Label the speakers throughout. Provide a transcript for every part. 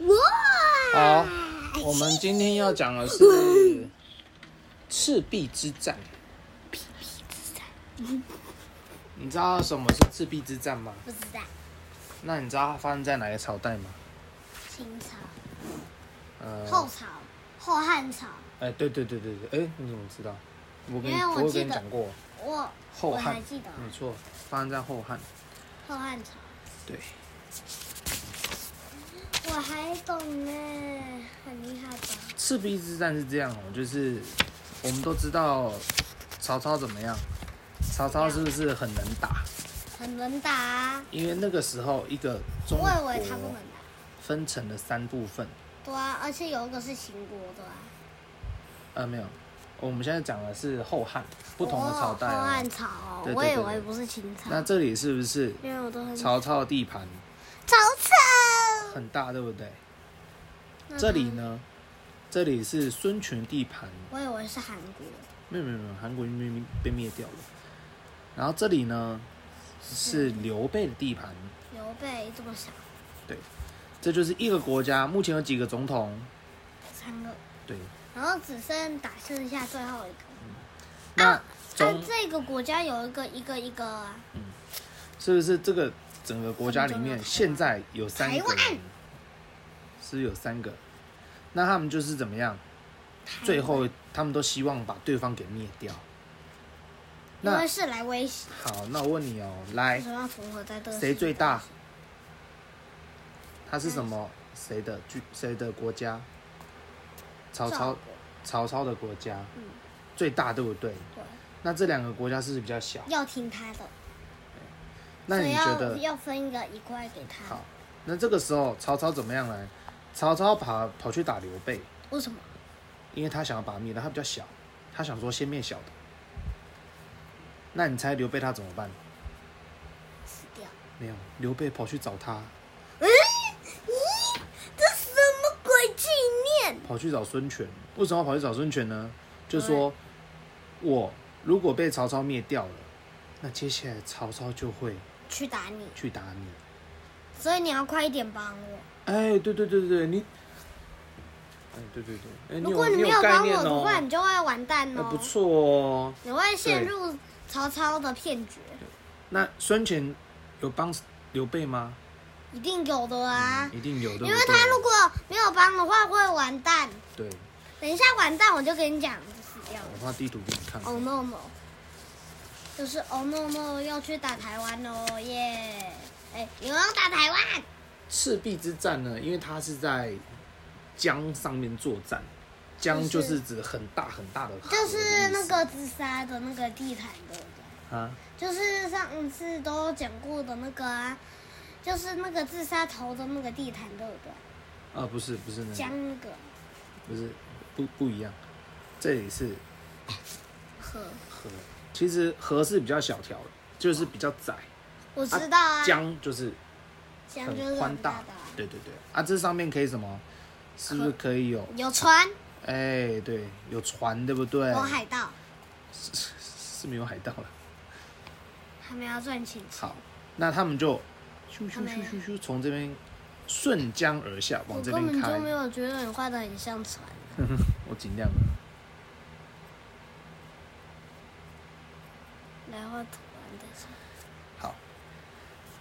Speaker 1: 哇！
Speaker 2: 好，我们今天要讲的是赤壁之战。你知道什么是赤壁之战吗？
Speaker 1: 不知道，
Speaker 2: 那你知道它发生在哪个朝代吗？
Speaker 1: 清朝、
Speaker 2: 呃，
Speaker 1: 后朝、后汉朝，
Speaker 2: 哎、对对对对对，哎、你怎么知道？我跟你
Speaker 1: 因为我
Speaker 2: 我有
Speaker 1: 记
Speaker 2: 跟你
Speaker 1: 得
Speaker 2: 讲过，
Speaker 1: 我
Speaker 2: 后
Speaker 1: 我
Speaker 2: 汉嗯
Speaker 1: 还记得
Speaker 2: 没错，发生在后汉。
Speaker 1: 后汉朝，
Speaker 2: 对，
Speaker 1: 我还懂呢，很厉害吧？
Speaker 2: 赤壁之战是这样哦，就是我们都知道曹操怎么样，曹操是不是很能打？
Speaker 1: 很能打啊，
Speaker 2: 因为那个时候一个中
Speaker 1: 我以
Speaker 2: 国
Speaker 1: 为他不能打，
Speaker 2: 分成了三部分，
Speaker 1: 对啊，而且有一个是秦国的啊，
Speaker 2: 呃，没有，我们现在讲的是后汉不同的朝代
Speaker 1: 哦后
Speaker 2: 哦
Speaker 1: 汉。朝，
Speaker 2: 对对
Speaker 1: 我以
Speaker 2: 对
Speaker 1: 为不是秦朝，
Speaker 2: 那这里是不是
Speaker 1: 因为我都很
Speaker 2: 曹操的地盘
Speaker 1: 曹操，
Speaker 2: 很大，对不对？
Speaker 1: 嗯那
Speaker 2: 这里
Speaker 1: 他？
Speaker 2: 呢，这里是孙权地盘，
Speaker 1: 我以为是韩国，
Speaker 2: 没有没有没有，韩国已经被灭被灭掉了。然后这里呢是刘备的地盘，
Speaker 1: 刘备这么小，
Speaker 2: 这就是一个国家目前有几个总统？
Speaker 1: 三个，
Speaker 2: 对，
Speaker 1: 然后只剩打剩下最后一个。啊
Speaker 2: 那
Speaker 1: 它
Speaker 2: 总
Speaker 1: 这个国家有一个一个一个啊，
Speaker 2: 是不是这个整个国家里面
Speaker 1: 中国台湾
Speaker 2: 现在有三个
Speaker 1: 台湾
Speaker 2: 人？是不是有三个，那他们就是怎么样？最后他们都希望把对方给灭掉。
Speaker 1: 因
Speaker 2: 那
Speaker 1: 为是来威胁，
Speaker 2: 好，那我问你哦，来
Speaker 1: 为，什么要符合在这个世界
Speaker 2: 谁最大？他是什么？谁的居？谁的国家？曹
Speaker 1: 赵
Speaker 2: 操
Speaker 1: 国，
Speaker 2: 曹操的国家
Speaker 1: 嗯，
Speaker 2: 最大，对不对？
Speaker 1: 对，
Speaker 2: 那这两个国家是不是比较小？
Speaker 1: 要听他的，
Speaker 2: 那
Speaker 1: 所以
Speaker 2: 你觉得
Speaker 1: 要要分一个一块给他？
Speaker 2: 好，那这个时候曹操怎么样来？曹操跑跑去打刘备，
Speaker 1: 为什么？
Speaker 2: 因为他想要把他灭了，他比较小，他想说先灭小的。那你猜刘备他怎么办？
Speaker 1: 死掉？
Speaker 2: 没有，刘备跑去找他，
Speaker 1: 嗯？咦，这什么鬼纪念？
Speaker 2: 跑去找孙权。为什么要跑去找孙权呢？就说，我如果被曹操灭掉了，那接下来曹操就会
Speaker 1: 去打你，
Speaker 2: 去打你。
Speaker 1: 所以你要快一点帮我。
Speaker 2: 哎，对对对对，你，哎，对对对，哎，你
Speaker 1: 如果
Speaker 2: 有
Speaker 1: 你没
Speaker 2: 有
Speaker 1: 有
Speaker 2: 概
Speaker 1: 帮
Speaker 2: 念
Speaker 1: 我的
Speaker 2: 哦，
Speaker 1: 话，你就会完蛋
Speaker 2: 哎
Speaker 1: 哦
Speaker 2: 不。错哦。
Speaker 1: 你会陷入曹操的骗局，
Speaker 2: 那孙权有帮刘备吗？
Speaker 1: 一定有的啊，
Speaker 2: 一定嗯有，对不对？
Speaker 1: 因为他如果没有帮的话会完蛋。
Speaker 2: 对，
Speaker 1: 等一下完蛋，我就跟你讲，死掉了
Speaker 2: 我。画地图给你看。
Speaker 1: Oh no no，就是 Oh no no 要去打台湾喽耶！哎，你们要打台湾？
Speaker 2: 赤壁之战呢，因为它是在江上面作战，江就
Speaker 1: 就是是
Speaker 2: 指很大很大的河的
Speaker 1: 就
Speaker 2: 意思，
Speaker 1: 是那个自杀的那个地毯的，
Speaker 2: 啊，
Speaker 1: 就是上次都讲过的那个啊，就是那个自杀头的那个地毯，对不对？
Speaker 2: 啊，不是不是那
Speaker 1: 江
Speaker 2: 个，
Speaker 1: 那个
Speaker 2: 不是不不一样，这里是
Speaker 1: 河，
Speaker 2: 河，其实河是比较小条的，就是比较窄，
Speaker 1: 我知道啊，
Speaker 2: 江就是
Speaker 1: 江就是
Speaker 2: 很
Speaker 1: 很
Speaker 2: 宽
Speaker 1: 大
Speaker 2: 大
Speaker 1: 的啊，，
Speaker 2: 对对对，啊，这上面可以什么？是不是可以有？
Speaker 1: 有船，
Speaker 2: 哎、对，有船，对不对？
Speaker 1: 有海盗，
Speaker 2: 是是是没有海盗了。
Speaker 1: 他们要赚钱，
Speaker 2: 好，那他们就咻咻
Speaker 1: 他们
Speaker 2: 咻咻咻从这边顺江而下，
Speaker 1: 我
Speaker 2: 往这
Speaker 1: 根
Speaker 2: 边
Speaker 1: 本
Speaker 2: 开
Speaker 1: 就。没有觉得你画的很像船，啊
Speaker 2: 我尽量了。
Speaker 1: 来画图案的船。
Speaker 2: 好，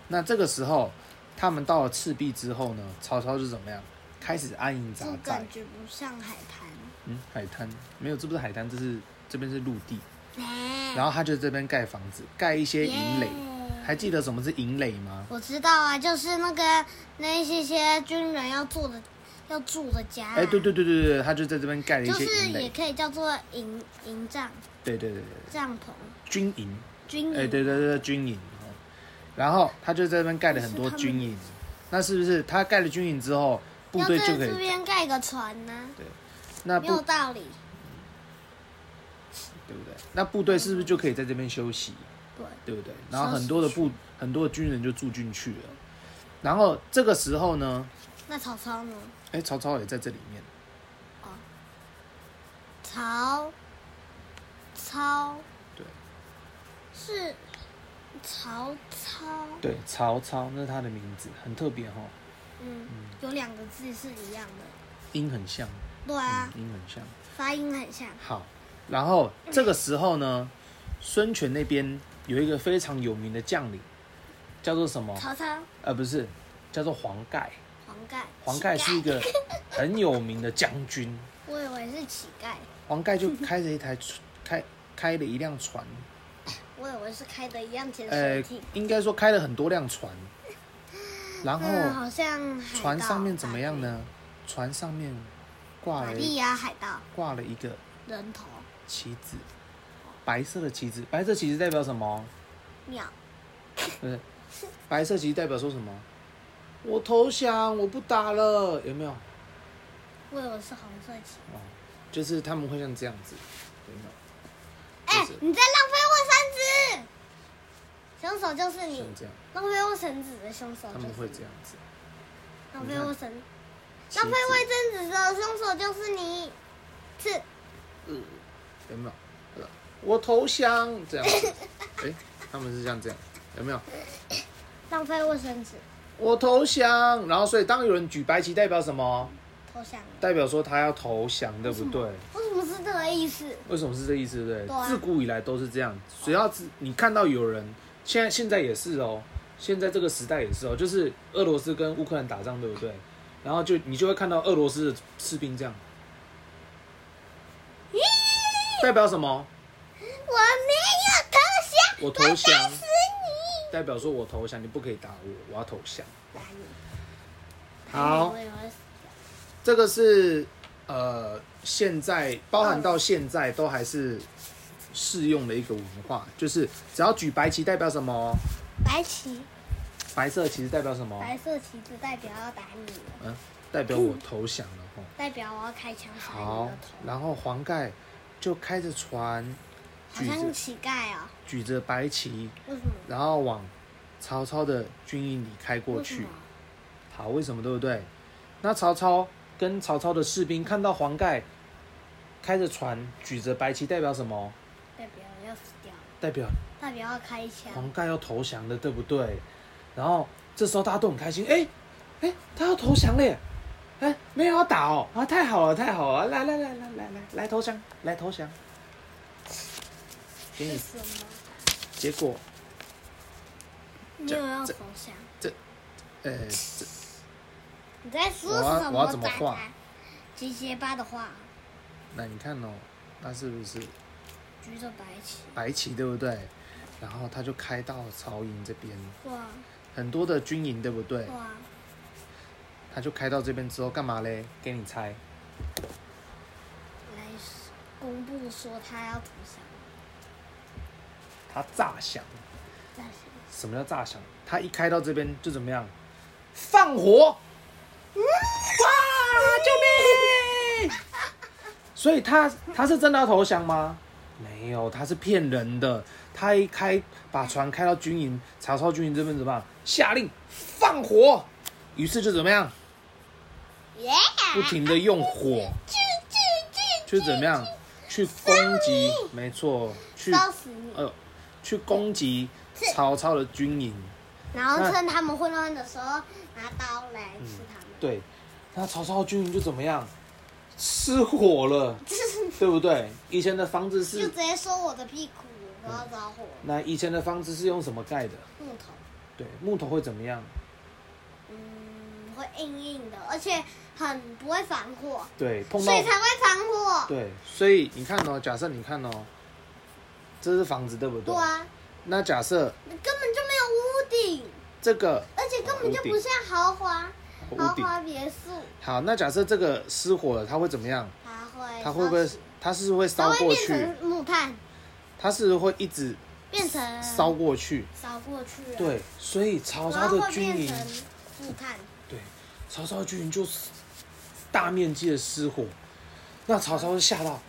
Speaker 2: 那这个时候他们到了赤壁之后呢，曹操就怎么样？开始安营扎
Speaker 1: 这
Speaker 2: 寨
Speaker 1: 感。觉不像海滩。
Speaker 2: 嗯，海滩没有，这不是海滩，这是这边是陆地。然
Speaker 1: 后
Speaker 2: 后他就这边盖房子，盖一些营垒。还记得什么是营垒吗？
Speaker 1: 我知道啊，就是那个那一些些军人要住的要住的家、
Speaker 2: 哎、对，对对对对，他就在这边盖了一
Speaker 1: 就
Speaker 2: 些
Speaker 1: 是
Speaker 2: 营
Speaker 1: 也
Speaker 2: 垒。
Speaker 1: 可以叫做营营帐
Speaker 2: 对对对对，
Speaker 1: 帐篷
Speaker 2: 军营。
Speaker 1: 军营。
Speaker 2: 哎、对对对，军营。哦然后他就在那边盖了很多军营，那是不是他盖了军营之后，部
Speaker 1: 要
Speaker 2: 队
Speaker 1: 在
Speaker 2: 就可
Speaker 1: 这
Speaker 2: 以？
Speaker 1: 边盖个船呢、
Speaker 2: 那
Speaker 1: 没有
Speaker 2: 部
Speaker 1: 道理。
Speaker 2: 对不对？那部队是不是就可以在这边休息？
Speaker 1: 对，
Speaker 2: 对不对？然后很多的部很多的军人就住进去了。然后这个时候呢，
Speaker 1: 那曹操呢？
Speaker 2: 哎，曹操也在这里面。
Speaker 1: 曹操
Speaker 2: 对
Speaker 1: 是曹操，
Speaker 2: 对，曹操那是他的名字，很特别哈、哦。
Speaker 1: 嗯，有两个字是一样的。
Speaker 2: 音很像，
Speaker 1: 对啊，
Speaker 2: 嗯，音很像。
Speaker 1: 发音很像。
Speaker 2: 好，然后这个时候呢，孙权那边有一个非常有名的将领，叫做什么？
Speaker 1: 曹操、
Speaker 2: 呃，不是，叫做黄盖。
Speaker 1: 黄盖、
Speaker 2: 黄盖
Speaker 1: 乞
Speaker 2: 是一个 很有名的将军，
Speaker 1: 我以为是乞丐，
Speaker 2: 黄盖就开着一台船开开了一辆船，
Speaker 1: 我以为是开的一样潜
Speaker 2: 呃
Speaker 1: 水艇。，
Speaker 2: 应该说开了很多辆 船，然
Speaker 1: 嗯，
Speaker 2: 后
Speaker 1: 好像海盗
Speaker 2: 哦船上面怎么样？呢？船上面挂
Speaker 1: 玛
Speaker 2: 了
Speaker 1: 利
Speaker 2: 一
Speaker 1: 亚海盗
Speaker 2: 挂了一个
Speaker 1: 人头
Speaker 2: 旗子，白色的旗子，白色旗子代表什么？
Speaker 1: 鸟，
Speaker 2: 对不对？白色旗代表说什么？我投降，我不打了，有没有？
Speaker 1: 我以为是红色旗。
Speaker 2: 就是他们会像这样子，有没有？
Speaker 1: 哎、
Speaker 2: 就是
Speaker 1: 你在浪费我绳子！凶手就是你
Speaker 2: 像，这样，
Speaker 1: 浪费我绳子的凶手
Speaker 2: 他
Speaker 1: 哦就是
Speaker 2: 们
Speaker 1: 你。
Speaker 2: 会这样子。
Speaker 1: 浪费我绳，
Speaker 2: 旗
Speaker 1: 浪
Speaker 2: 子
Speaker 1: 费卫生纸的凶手就是你。是，
Speaker 2: 有没有？我投降，这样子。哎、他们是像这样，有没有？
Speaker 1: 浪费卫生纸，
Speaker 2: 我投降，然后所以当有人举白旗，代表什么？
Speaker 1: 投降了。
Speaker 2: 代表说他要投降，对不对？
Speaker 1: 为什么是这个意思？
Speaker 2: 为什么是这意思？对不
Speaker 1: 对
Speaker 2: 对
Speaker 1: 啊
Speaker 2: 自古以来都是这样，只要是你看到有人，现在现在也是哦，现在这个时代也是哦，就是俄罗斯跟乌克兰打仗，对不对？然后就你就会看到俄罗斯的士兵这样，代表什么？
Speaker 1: 我没有投降，
Speaker 2: 我投降
Speaker 1: 打，死你！
Speaker 2: 代表说我投降，你不可以打我，我要投降。
Speaker 1: 打你！
Speaker 2: 好
Speaker 1: 我以为是
Speaker 2: 这个是呃，现在包含到现在都还是适用的一个文化，
Speaker 1: 嗯
Speaker 2: 就是只要举白旗代表什么，
Speaker 1: 白旗，
Speaker 2: 白色旗子代表什么，
Speaker 1: 白色旗子代表要打你了，
Speaker 2: 嗯、代表我投降了吼。
Speaker 1: 代表我要开枪杀你
Speaker 2: 好
Speaker 1: 的头，，
Speaker 2: 然后黄盖就开着船，
Speaker 1: 好
Speaker 2: 举
Speaker 1: 像
Speaker 2: 着
Speaker 1: 乞丐啊、
Speaker 2: 举着白旗，
Speaker 1: 为什么？
Speaker 2: 然后往曹操的军营里开过
Speaker 1: 为什
Speaker 2: 去
Speaker 1: 么。
Speaker 2: 好，为什么对不对？那曹操跟曹操的士兵看到黄盖开着船，举着白旗，代表什么？
Speaker 1: 代表要死掉了，
Speaker 2: 代表
Speaker 1: 代表要开枪。
Speaker 2: 黄盖要投降的，对不对？然后这时候大家都很开心，哎、哎、他要投降嘞，哎、没有要打哦，啊，太好了，太好了，来来来来来来来投降，来投降。给
Speaker 1: 为
Speaker 2: 你
Speaker 1: 什么？
Speaker 2: 结果，
Speaker 1: 没有要投
Speaker 2: 这
Speaker 1: 降？
Speaker 2: 呃，这
Speaker 1: 你在说
Speaker 2: 我要
Speaker 1: 什
Speaker 2: 我要怎么
Speaker 1: 大
Speaker 2: 画
Speaker 1: 家？集结吧的话，
Speaker 2: 那你看哦，那是不是
Speaker 1: 举着白旗。
Speaker 2: 白旗对不对？然后他就开到曹营这边，
Speaker 1: 哇
Speaker 2: 很多的军营对不对？
Speaker 1: 哇！
Speaker 2: 他就开到这边之后干嘛嘞？给你猜，
Speaker 1: 来公布说他要投降。
Speaker 2: 他诈降。
Speaker 1: 那是
Speaker 2: 什么叫炸响？他一开到这边就怎么样？放火！
Speaker 1: 嗯
Speaker 2: 哇！救命！所以他他是真的要投降吗？没有，他是骗人的。他一开把船开到军营，曹操军营这边怎么样？下令放火，于是就怎么样？
Speaker 1: 耶！
Speaker 2: 不停的用火，
Speaker 1: 去去去！
Speaker 2: 去怎么样？去攻击？没错，去
Speaker 1: 嗯烧死你！
Speaker 2: 呃，去攻击曹操的军营。
Speaker 1: 然后
Speaker 2: 那
Speaker 1: 趁他们混乱的时候拿刀来
Speaker 2: 嗯
Speaker 1: 吃他们。
Speaker 2: 对，那曹操军营就怎么样？失火了，对不对？以前的房子
Speaker 1: 就是直，接说我的屁股，我要着火，
Speaker 2: 那以前的房子是用什么盖的？
Speaker 1: 木头，
Speaker 2: 对，木头会怎么样？
Speaker 1: 嗯，会硬硬的，而且很不会防火，
Speaker 2: 对，碰到
Speaker 1: 所以才会防火。
Speaker 2: 对，所以你看哦，假设你看哦，这是房子对不
Speaker 1: 对
Speaker 2: 对？
Speaker 1: 啊，
Speaker 2: 那假设
Speaker 1: 你根本就没有屋顶，
Speaker 2: 这个
Speaker 1: 而且根本就不像豪华
Speaker 2: 屋顶
Speaker 1: 豪华别墅，
Speaker 2: 好，那假设这个失火了，它会怎么样？
Speaker 1: 它会
Speaker 2: 它会不会
Speaker 1: 烧死？
Speaker 2: 它是会烧
Speaker 1: 它会
Speaker 2: 过
Speaker 1: 变
Speaker 2: 去？
Speaker 1: 成木炭，
Speaker 2: 它是会一直
Speaker 1: 变成
Speaker 2: 烧过去？
Speaker 1: 烧过去了，，
Speaker 2: 对，所以曹
Speaker 1: 然
Speaker 2: 操
Speaker 1: 后
Speaker 2: 的
Speaker 1: 会
Speaker 2: 军
Speaker 1: 变
Speaker 2: 营
Speaker 1: 成木炭，
Speaker 2: 对，曹操军营就是大面积的失火，那曹操就吓到，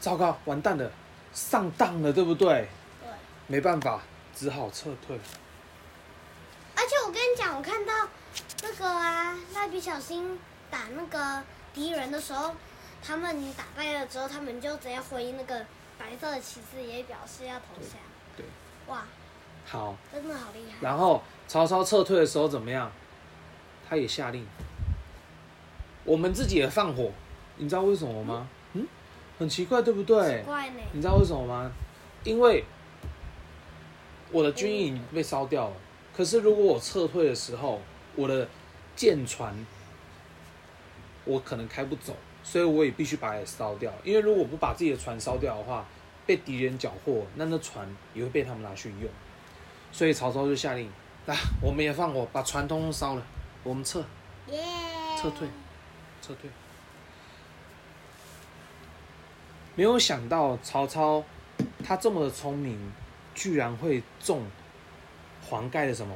Speaker 2: 糟糕，完蛋了，上当了，对不对？
Speaker 1: 对。
Speaker 2: 没办法，只好撤退。
Speaker 1: 而且我跟你讲，我看到那个啊，蜡笔小新打那个敌人的时候，他们你打败了之后，他们就直接回那个白色的旗帜，也表示要投降。
Speaker 2: 对，
Speaker 1: 哇，
Speaker 2: 好，
Speaker 1: 真的好厉害！
Speaker 2: 然后曹操撤退的时候怎么样？他也下令，我们自己也放火，你知道为什么吗？嗯，很奇怪，对不对？
Speaker 1: 怪啊呢，
Speaker 2: 你知道为什么吗？因为我的军营被烧掉了，可是如果我撤退的时候，我的舰船我可能开不走，所以我也必须把它烧掉。因为如果不把自己的船烧掉的话，被敌人缴获，那那船也会被他们拿去用。所以曹操就下令，来，我们也放火，把船通通烧了，我们撤。
Speaker 1: 耶，
Speaker 2: 撤退，撤退。没有想到曹操他这么的聪明，居然会中黄盖的什么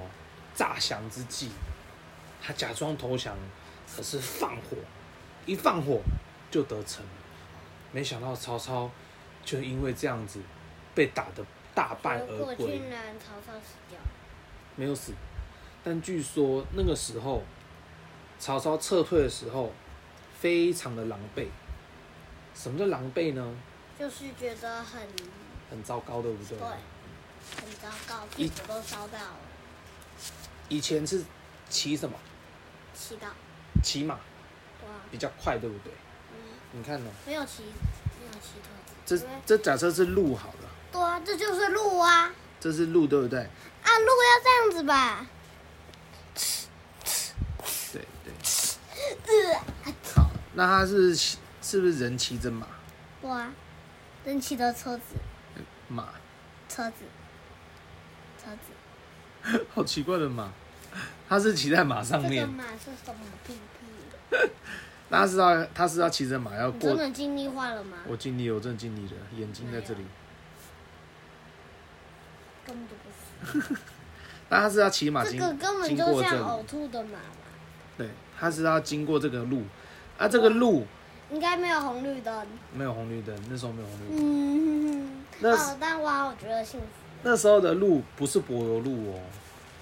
Speaker 2: 诈降之计。他假装投降，可是放火，一放火就得逞了。没想到曹操就因为这样子被打得大败而
Speaker 1: 如果
Speaker 2: 归。
Speaker 1: 竟然曹操死掉了，
Speaker 2: 没有死，但据说那个时候曹操撤退的时候非常的狼狈。什么叫狼狈呢？
Speaker 1: 就是觉得很
Speaker 2: 很糟糕，对不对？
Speaker 1: 对，很糟糕，屁股都烧到了，
Speaker 2: 以前是骑什么？
Speaker 1: 气到，
Speaker 2: 骑马
Speaker 1: 对啊，
Speaker 2: 比较快，对不对？
Speaker 1: 嗯，
Speaker 2: 你看呢？哦
Speaker 1: 没有骑，没有骑腿，
Speaker 2: 这
Speaker 1: 对
Speaker 2: 这假设是路好了，
Speaker 1: 对啊，这就是路啊，
Speaker 2: 这是路，对不对？
Speaker 1: 啊，路要这样子吧，
Speaker 2: 对对。
Speaker 1: 呃，
Speaker 2: 好，那他是骑是不是人骑着马？
Speaker 1: 哇，真骑的车子，
Speaker 2: 马，
Speaker 1: 车子，车子，
Speaker 2: 好奇怪的马，他是骑在马上
Speaker 1: 这个
Speaker 2: 面。
Speaker 1: 马是什么屁屁？
Speaker 2: 那他是要他是要骑着马要
Speaker 1: 你
Speaker 2: 过
Speaker 1: 真的尽力化了吗？
Speaker 2: 我尽力，我真的尽力了，眼睛在这里。
Speaker 1: 根本就不是，
Speaker 2: 但他是要骑马
Speaker 1: 这
Speaker 2: 经
Speaker 1: 个根本
Speaker 2: 经过
Speaker 1: 就
Speaker 2: 这
Speaker 1: 像哦
Speaker 2: 里
Speaker 1: 呕，吐的马吧，
Speaker 2: 对，他是要经过这个路，啊，这个路
Speaker 1: 应该没有红绿灯。
Speaker 2: 没有红绿灯，那时候没有红绿灯，
Speaker 1: 嗯，
Speaker 2: 那
Speaker 1: 哦，但我好觉得幸福，
Speaker 2: 那时候的路不是柏油路哦。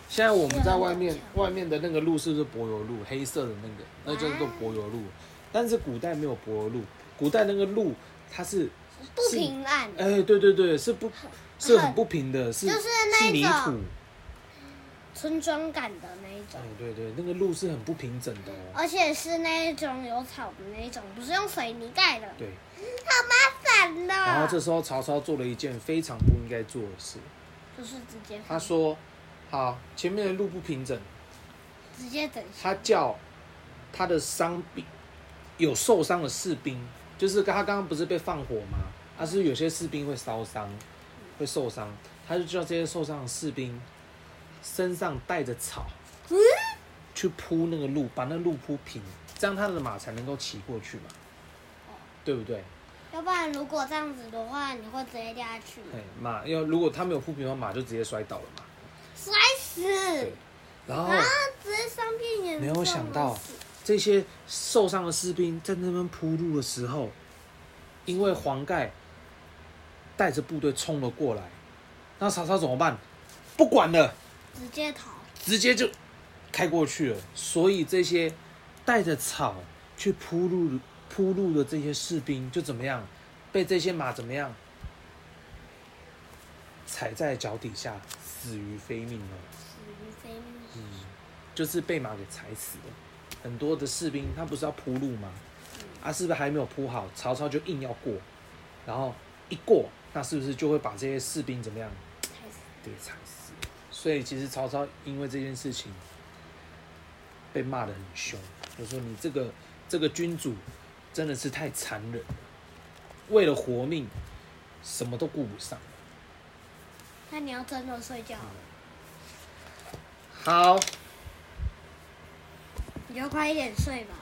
Speaker 2: 现在我们在外面
Speaker 1: 是啊，
Speaker 2: 外面的那个路是不是柏油路？黑色的那个，那就是做柏油路。但是古代没有柏油路，古代那个路它是，
Speaker 1: 不平安，
Speaker 2: 哎、对对对，是不，是很不平的，是
Speaker 1: 就是那
Speaker 2: 是泥
Speaker 1: 种
Speaker 2: 土，
Speaker 1: 村庄感的那一种
Speaker 2: 哎，，对对，那个路是很不平整的哦。
Speaker 1: 而且是那一种有草的那一种，不是用水泥盖的，
Speaker 2: 对，
Speaker 1: 反的。
Speaker 2: 然后这时候曹操做了一件非常不应该做的事，
Speaker 1: 就是直接
Speaker 2: 他说：“好，前面的路不平整。
Speaker 1: 直接整”
Speaker 2: 他叫他的伤兵有受伤的士兵，就是他刚刚不是被放火吗？他是有些士兵会烧伤，会受伤，他就叫这些受伤的士兵身上带着草
Speaker 1: 嗯，
Speaker 2: 去铺那个路，把那路铺平，这样他的马才能够骑过去嘛，对不对？
Speaker 1: 要不然如果这样子的话，你会直接掉下去，
Speaker 2: 哎，马要如果他没有铺平的话，马就直接摔倒了嘛。
Speaker 1: 摔死，
Speaker 2: 然后
Speaker 1: 然后直接伤变严重，
Speaker 2: 没有想到
Speaker 1: 然后死
Speaker 2: 这些受伤的士兵在那边铺路的时候，因为黄盖带着部队冲了过来，那曹操怎么办？不管了，
Speaker 1: 直接逃，
Speaker 2: 直接就开过去了。所以这些带着草去铺路铺路的这些士兵就怎么样？被这些马怎么样？踩在脚底下，死于非命了。
Speaker 1: 死于非命。
Speaker 2: 嗯就是被马给踩死了。很多的士兵他不是要铺路吗？啊，是不是还没有铺好？曹操就硬要过，然后一过，那是不是就会把这些士兵怎么样
Speaker 1: 踩死
Speaker 2: 给踩死？所以其实曹操因为这件事情被骂得很凶，就说你这个这个君主真的是太残忍了，为了活命什么都顾不上。
Speaker 1: 那你要真的睡觉了，
Speaker 2: 嗯好，
Speaker 1: 你就快一点睡吧。